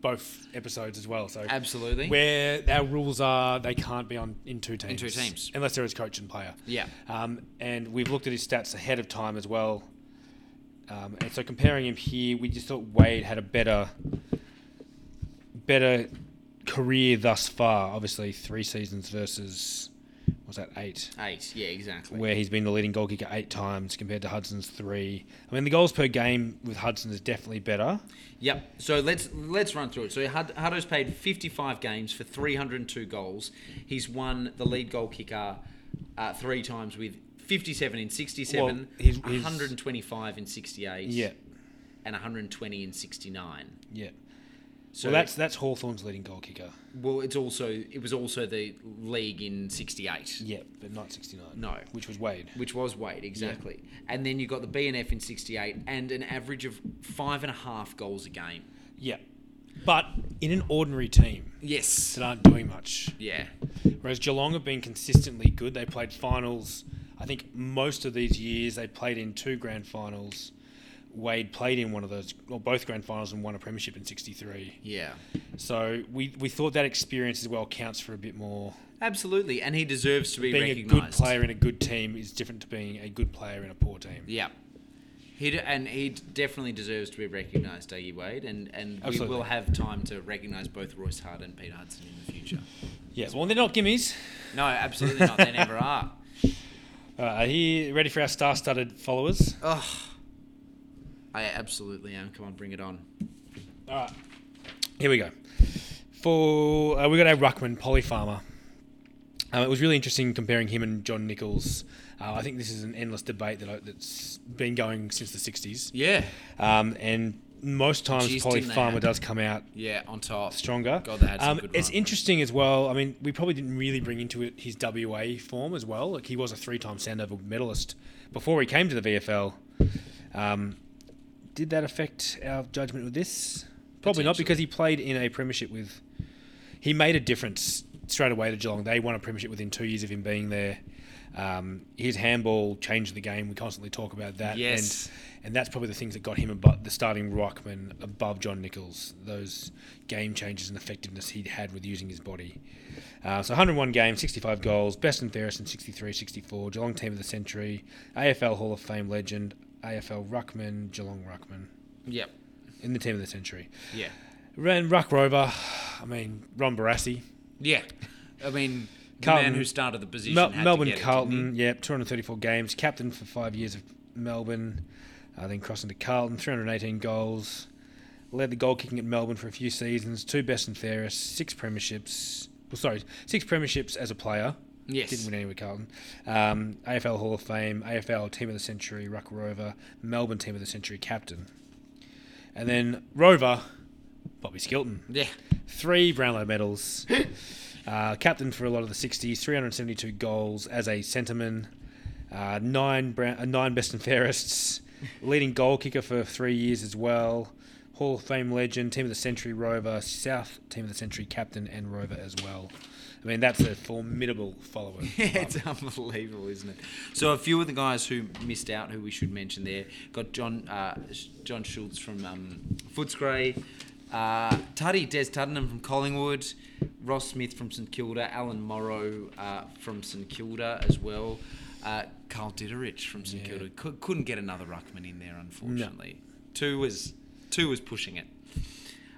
both episodes as well. So Absolutely. where our rules are, they can't be on in two teams. two teams. unless there is coach and player. Yeah. Um, and we've looked at his stats ahead of time as well. Um, and so comparing him here, we just thought Wade had a better, better career thus far. Obviously, three seasons versus was that eight? Eight. Yeah, exactly. where he's been the leading goal kicker eight times compared to Hudson's three. I mean, the goals per game with Hudson is definitely better. Yep. So let's let's run through it. So Hud- Hutto's played 55 games for 302 goals. He's won the lead goal kicker uh, three times with 57 in 67, Well, he's- he's- 125 in 68. Yeah. and 120 in 69. Yeah. So So that's that's Hawthorn's leading goal kicker. well, it's also it was also the league in 68. Yeah, but not 69. No. Which was Wade. Which was Wade, exactly. And then you got the BNF in 68 and an average of five and a half goals a game. Yeah. But in an ordinary team Yes. that aren't doing much, Yeah. Whereas Geelong have been consistently good. They played finals, I think, most of these years. They played in two grand finals. Wade played in one of those, or both grand finals, and won a premiership in '63. Yeah. So we, we thought that experience as well counts for a bit more. Absolutely. And he deserves to be Being a recognised. good player in a good team is different to being a good player in a poor team. Yeah. He d- and he d- definitely deserves to be recognised, Dougie Wade, and, and we Absolutely. will have time to recognise both Royce Hart and Pete Hudson in the future. Yeah, well, they're not gimmies. No, absolutely not. They never are. Uh, are you ready for our star-studded followers? Oh, I absolutely am. Come on, bring it on. All right. Here we go. For uh, we got our ruckman Polly Farmer. Um, it was really interesting comparing him and John Nichols. Uh, I think this is an endless debate that I, that's been going since the '60s. Yeah. Um, and most times Jeez, Polly didn't they Farmer have- does come out Yeah, on top. stronger. God, they had some um, good it's run. interesting as well. I mean, we probably didn't really bring into it his WA form as well. Like he was a three-time Sandover medalist before he came to the VFL. Um, did that affect our judgment with this? Probably not Potentially. because he played in a premiership with. He made a difference straight away to Geelong. They won a premiership within two years of him being there. Um, his handball changed the game. We constantly talk about that. Yes. And, and that's probably the things that got him above the starting Rockman above John Nichols. Those game changes and effectiveness he'd had with using his body. Uh, so 101 games, 65 goals, best and fairest in 63 64, Geelong Team of the Century, AFL Hall of Fame legend, AFL Ruckman, Geelong Ruckman, Yep. in the Team of the Century. Yeah. Ran Ruck Rover, I mean, Ron Barassi, Yeah. I mean, the Carlton- man who started the position. Mel- had to Melbourne get it, didn't he? Carlton, yep, 234 games, captain for five years of Melbourne, uh, then crossing to Carlton, 318 goals, led the goal kicking at Melbourne for a few seasons, two best and fairest, six premierships, well, sorry, six premierships as a player. Yes. Didn't win any with Carlton. Um, AFL Hall of Fame, AFL Team of the Century, Ruck Rover, Melbourne Team of the Century captain. And then Rover, Bobby Skilton Yeah. three Brownlow medals, uh, captain for a lot of the 60s, 372 goals as a centreman, uh, nine, Brown, uh, nine best and fairests, leading goal kicker for three years as well, Hall of Fame legend, Team of the Century rover, South Team of the Century captain and rover as well. I mean, that's a formidable follower. it's unbelievable, isn't it? So a few of the guys who missed out, who we should mention there, got John uh, Sh- John Schultz from um, Footscray, uh, Tuddy Des Tuddenham from Collingwood, Ross Smith from St Kilda, Alan Morrow uh, from St Kilda as well, uh, Carl Ditterich from St Kilda. Cou- couldn't get another ruckman in there, unfortunately. Two was two was pushing it.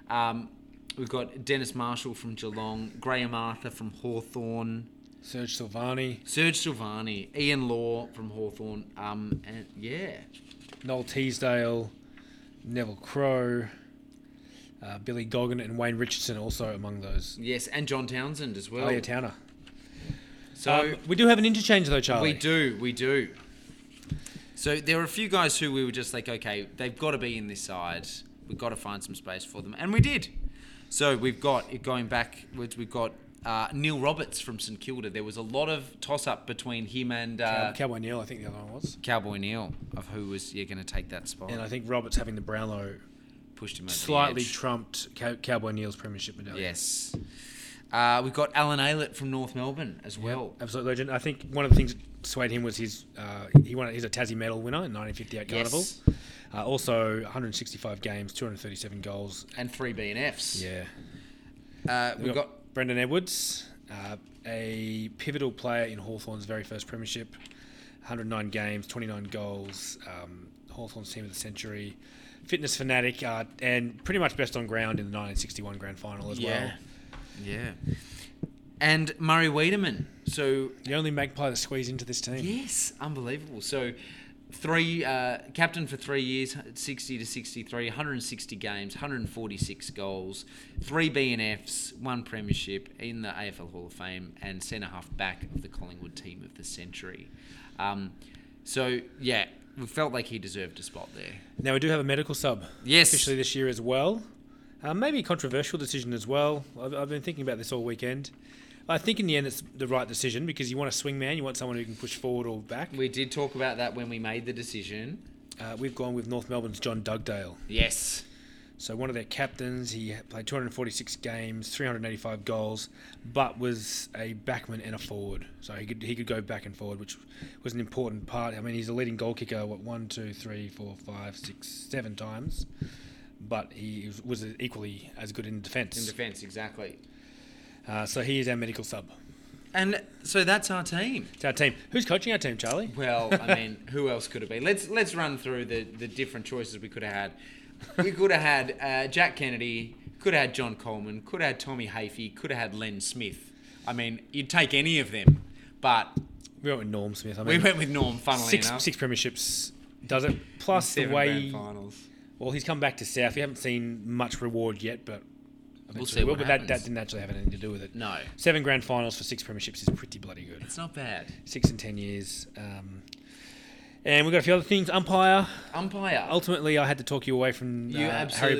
Um, we've got Dennis Marshall from Geelong, Graham Arthur from Hawthorn. Serge Silvani, Serge Silvani, Ian Law from Hawthorn, um, and yeah, Noel Teasdale, Neville Crow, uh, Billy Goggin, and Wayne Richardson also among those. yes, and John Townsend as well. Leah Towner. so Um, we do have an interchange though, um, Charlie. we do, we do. So there were a few guys who we were just like, okay, they've got to be in this side. We've got to find some space for them, and we did. So we've got it going backwards. We've got uh, Neil Roberts from St Kilda. There was a lot of toss-up between him and uh, Um, Cowboy Neil, I think the other one was. Cowboy Neil of who was you're going to take that spot. And I think Roberts having the Brownlow pushed him over the slightly edge. trumped Cow- Cowboy Neil's premiership medallion. Yes. Uh, we've got Alan Aylett from North Melbourne as well. Absolute legend. I think one of the things that swayed him was his uh, he won he's a Tassie medal winner in 1958 Carnival. Yes. Uh, also 165 games, 237 goals. And three BNFs. Yeah. Uh, We we've got, got, Brendan Edwards, uh, a pivotal player in Hawthorn's very first premiership. 109 games, 29 goals. Um, Hawthorn's team of the century. Fitness fanatic uh, and pretty much best on ground in the 1961 grand final as well. Yeah. Yeah. And Murray Wiedemann. So, The only magpie that squeezed into this team. yes, unbelievable. So, three, uh, captain for three years, 60 to 63, 160 games, 146 goals, three BNFs, one premiership in the AFL Hall of Fame, and centre half back of the Collingwood team of the century. Um, so, yeah, felt like he deserved a spot there. Now we do have a medical sub Yes. officially this year as well. Uh, maybe a controversial decision as well. I've, I've been thinking about this all weekend. I think in the end it's the right decision because you want a swing man, you want someone who can push forward or back. We did talk about that when we made the decision. Uh, we've gone with North Melbourne's John Dugdale. Yes. So one of their captains, he played 246 games, 385 goals, but was a backman and a forward. So he could he could go back and forward, which was an important part. I mean, he's a leading goal kicker. What one, two, three, four, five, six, seven times, but he was equally as good in defence. In defence, exactly. uh, so he is our medical sub. And so that's our team. It's our team. Who's coaching our team, Charlie? Well, I mean, who else could it be? Let's let's run through the, the different choices we could have had. We could have had uh, Jack Kennedy, could have had John Coleman, could have had Tommy Hafey, could have had Len Smith. I mean, you'd take any of them, but We went with Norm Smith. I we mean, went with Norm. Funnily six enough, six premierships does it. Plus the seven way grand finals. Well, he's come back to South. We haven't seen much reward yet, but We'll eventually see what But that, that happens. didn't actually have anything to do with it. No, Seven grand finals for six premierships is pretty bloody good. it's not bad. Six in ten years. Um, and we've got a few other things. Umpire. Umpire. Ultimately, I had to talk you away from uh, You absolutely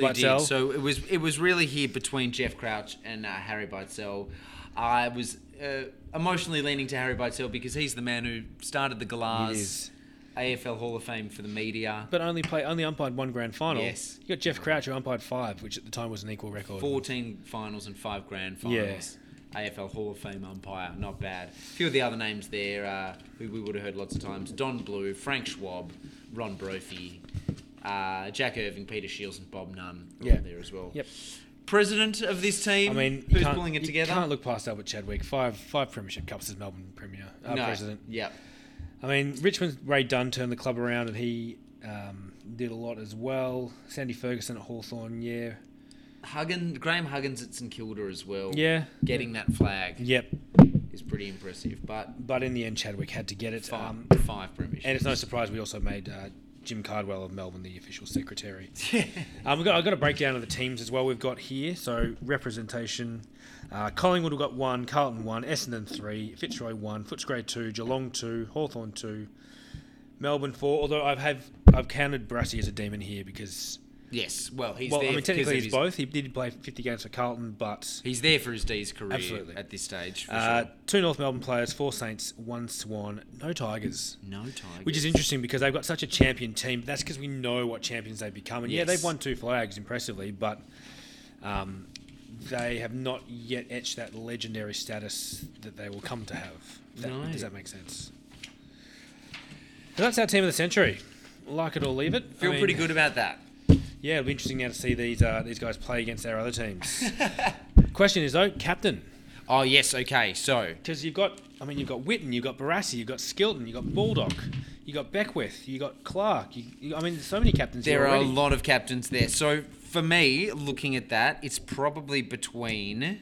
Harry Bartell. did. So it was it was really here between Jeff Crouch and uh, Harry Bitesell. I was uh, emotionally leaning to Harry Bitesell because he's the man who started the He Glass is. AFL Hall of Fame for the media. but only play only umpired one grand final. Yes. You got Jeff Crouch who umpired five, which at the time was an equal record. 14 finals and five grand finals. AFL Hall of Fame umpire, not bad. A few of the other names there uh, who we would have heard lots of times Don Blue, Frank Schwab, Ron Brophy, uh, Jack Irving, Peter Shields, and Bob Nunn were all Yeah. there as well. Yep. President of this team, I mean, you who's can't- pulling it you together? can't look past Albert Chadwick. Five five premiership cups as Melbourne Premier uh, president. Yep. I mean, Richmond's Ray Dunn turned the club around and he um, did a lot as well. Sandy Ferguson at Hawthorn, yeah. Huggins, Graham Huggins at St Kilda as well. Yeah. Getting that flag Yep. is pretty impressive, but But in the end, Chadwick had to get it. five, Um, five premierships. and it's no surprise we also made uh, Jim Cardwell of Melbourne the official secretary. um, we've got, I've got a breakdown of the teams as well we've got here. So representation uh, Collingwood have got one, Carlton one, Essendon three, Fitzroy one, Footscray two, Geelong two, Hawthorn two, Melbourne four. Although I've, have, I've counted Brassey as a demon here because. yes, well, he's well, there I mean, because of technically he's his- both. He did play 50 games for Carlton, but He's there for his D's career Absolutely. at this stage. For uh, sure. two North Melbourne players, four Saints, one Swan, no Tigers. No Tigers. Which is interesting because they've got such a champion team. That's because we know what champions they've become. And yeah, Yes. they've won two flags impressively, but um, they have not yet etched that legendary status that they will come to have. That- No. Does that make sense? So that's our team of the century. Like it or leave it. I Feel mean, pretty good about that. Yeah, it'll be interesting now to see these uh, these guys play against our other teams. Question is though, captain, Oh yes, okay. So because you've got I mean you've got Witten, you've got Barassi, you've got Skilton, you've got Baldock, you've got Beckwith, you've got Clark. You, you, I mean, there's so many captains there here are a already. lot of captains there. So for me, looking at that, it's probably between.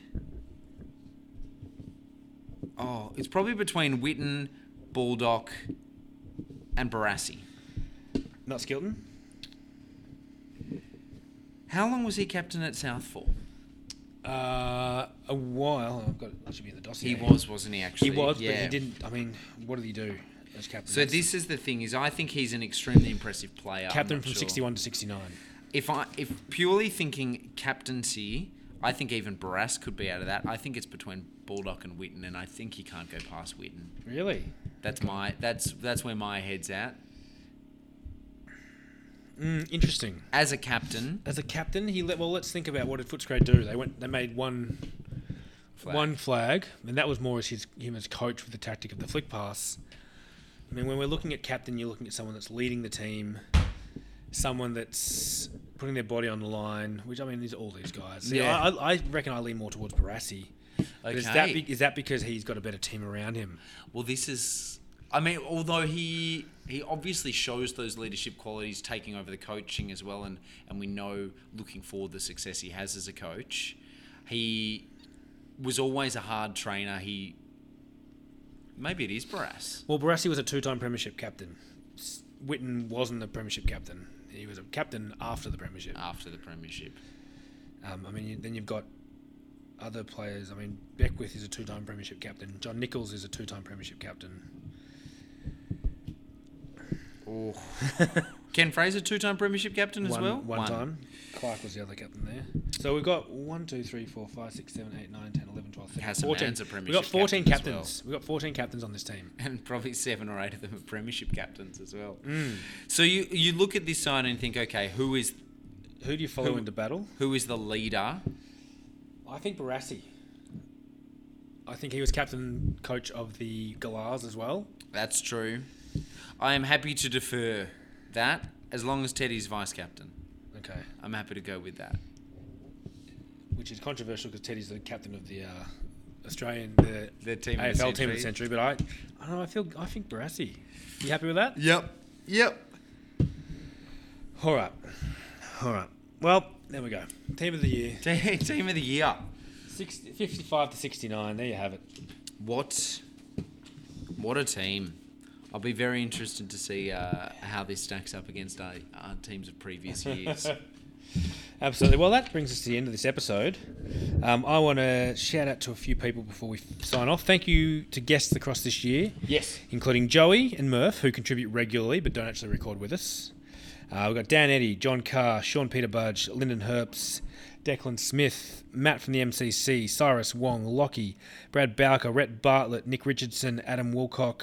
Oh, it's probably between Witten, Baldock, and Barassi. Not Skilton. How long was he captain at South for? Uh, a while. I've got. That should be in the dossier. He was, wasn't he? Actually, He was, but Yeah. he didn't. I mean, what did he do as captain? So That's this is the thing: is I think he's an extremely impressive player. I'm captain not from sure. 61 to 69. If I, if purely thinking captaincy, I think even Barras could be out of that. I think it's between Baldock and Witten, and I think he can't go past Witten. Really? That's my that's that's where my head's at. Mm, interesting. As a captain, As a captain, he let. Well, let's think about what did Footscray do? They went. They made one flag. one flag, and that was more as his him as coach with the tactic of the flick pass. I mean, when we're looking at captain, you're looking at someone that's leading the team, someone that's putting their body on the line. Which I mean, these are all these guys. Yeah. Yeah, I, I I reckon I lean more towards Barassi. But Is that Okay. be, is that because he's got a better team around him? Well, this is. I mean, although he he obviously shows those leadership qualities, taking over the coaching as well, and and we know looking forward the success he has as a coach. He was always a hard trainer. He maybe it is Barras. Well, Barassi was a two-time premiership captain. S- Whitten wasn't a premiership captain. He was a captain after the premiership. after the premiership. Um, I mean, you, then you've got other players. I mean, Beckwith is a two-time premiership captain. John Nichols is a two-time premiership captain. Ooh. Ken Fraser, two-time premiership captain as one, well. one time. Clark was the other captain there. So we've got 1, 2, 3, 4, 5, 6, 7, 8, 9, 10, 11, 12, 13, Hassan 14. Ann's a We've got premiership 14 captain as captains. We've got 14 captains on this team. and probably seven or eight of them are premiership captains as well. Mm. So you you look at this sign and think, okay, who is Who do you follow Who- into battle? who is the leader? I think Barassi. I think he was captain coach of the Galahs as well. That's true. I am happy to defer that as long as Teddy's vice captain. Okay. I'm happy to go with that. Which is controversial because Teddy's the captain of the uh, Australian the, The team of the AFL team of the century, century. but I, I don't know. I feel I think Barassi. You happy with that? Yep. Yep. All right, all right. Well, there we go. Team of the year, Team of the year. 60, 55 to sixty-nine. There you have it. What? What a team! I'll be very interested to see uh, how this stacks up against our, our teams of previous years. Absolutely. Well, that brings us to the end of this episode. Um, I want to shout out to a few people before we f- sign off. Thank you to guests across this year. yes. including Joey and Murph, who contribute regularly but don't actually record with us. Uh, we've got Dan Eddy, John Carr, Sean Peter Budge, Lyndon Herps, Declan Smith, Matt from the MCC, Cyrus Wong, Lockie, Brad Bowker, Rhett Bartlett, Nick Richardson, Adam Wilcock,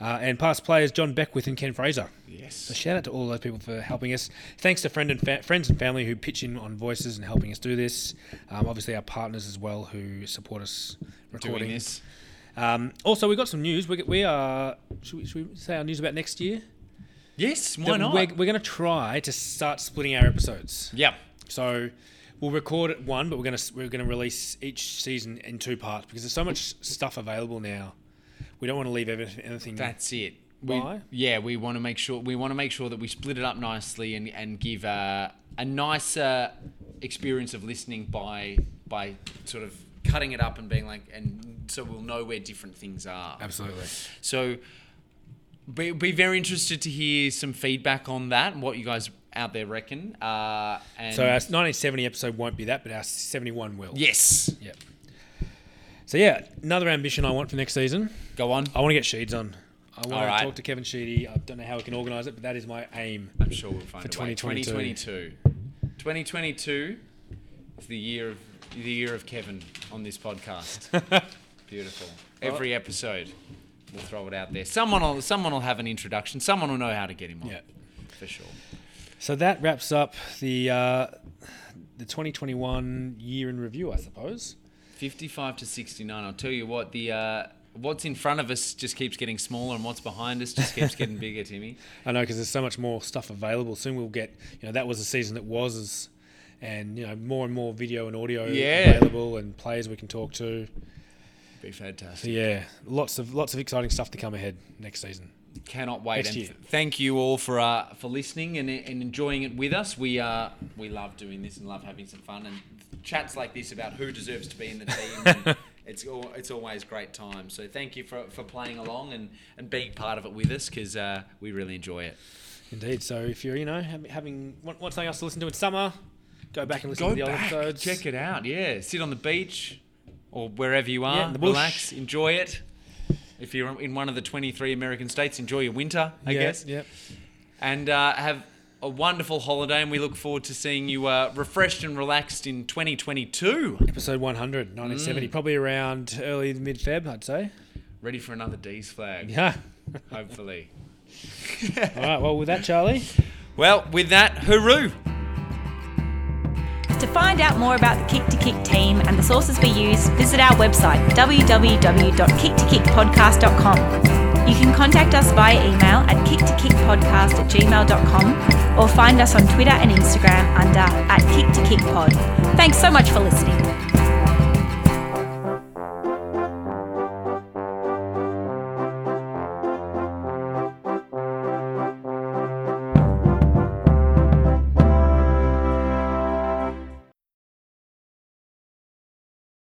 uh, and past players John Beckwith and Ken Fraser. Yes. So shout out to all those people for helping us. Thanks to friend and fa- friends and family who pitch in on voices and helping us do this. Um, obviously, our partners as well who support us recording Doing this. um, also, we've got some news. We, we are. Should we, should we say our news about next year? Yes. Why That not? We're, we're going to try to start splitting our episodes. Yep. So we'll record at one, but we're going to we're going to release each season in two parts because there's so much stuff available now. We don't want to leave everything. anything- That's it. We, Why? yeah, we want to make sure we want to make sure that we split it up nicely and and give uh, a nicer experience of listening by by sort of cutting it up and being like and so we'll know where different things are. Absolutely. So be, be very interested to hear some feedback on that and what you guys out there reckon. Uh, and So our 1970 episode won't be that, but our 71 will. yes, Yep. So yeah, another ambition I want for next season. go on. I want to get Sheeds on. I want Alright. to talk to Kevin Sheedy. I don't know how we can organise it, but that is my aim. I'm sure we'll find For a way. 2022. 2022. 2022 is the year of the year of Kevin on this podcast. Beautiful. Every episode, we'll throw it out there. Someone will someone will have an introduction. Someone will know how to get him on. Yeah. for sure. So that wraps up the uh, the 2021 year in review, I suppose. 55 to 69. I'll tell you what the. Uh, What's in front of us just keeps getting smaller, and what's behind us just keeps getting bigger, Timmy. I know because there's so much more stuff available. Soon we'll get, you know, that was the season that was, and you know, more and more video and audio Yeah. available and players we can talk to. Be So fantastic. yeah, lots of lots of exciting stuff to come ahead next season. Cannot wait. Next and year. th- thank you all for uh, for listening and, and enjoying it with us. We uh, we love doing this and love having some fun and chats like this about who deserves to be in the team. and it's all, it's always great time. So thank you for, for playing along and, and being part of it with us because uh, we really enjoy it. Indeed. So if you're, you know, having, having want, want something else to listen to in summer, go back and listen to the old episodes. check it out. Yeah, sit on the beach or wherever you are, in the bush. relax, enjoy it. If you're in one of the 23 American states, enjoy your winter. I Yeah, guess. Yep. and uh, have a wonderful holiday. And we look forward to seeing you uh, refreshed and relaxed in 2022. Episode 100, Mm. 1970, probably around early mid Feb, I'd say. Ready for another D's flag, Yeah. hopefully. All right. Well, with that, Charlie. Well, with that, hooroo! To find out more about the Kick to Kick team and the sources we use, visit our website www.kicktokickpodcast.com. You can contact us via email at kicktokickpodcast at gmail.com or find us on Twitter and Instagram under at kicktokickpod. Thanks so much for listening.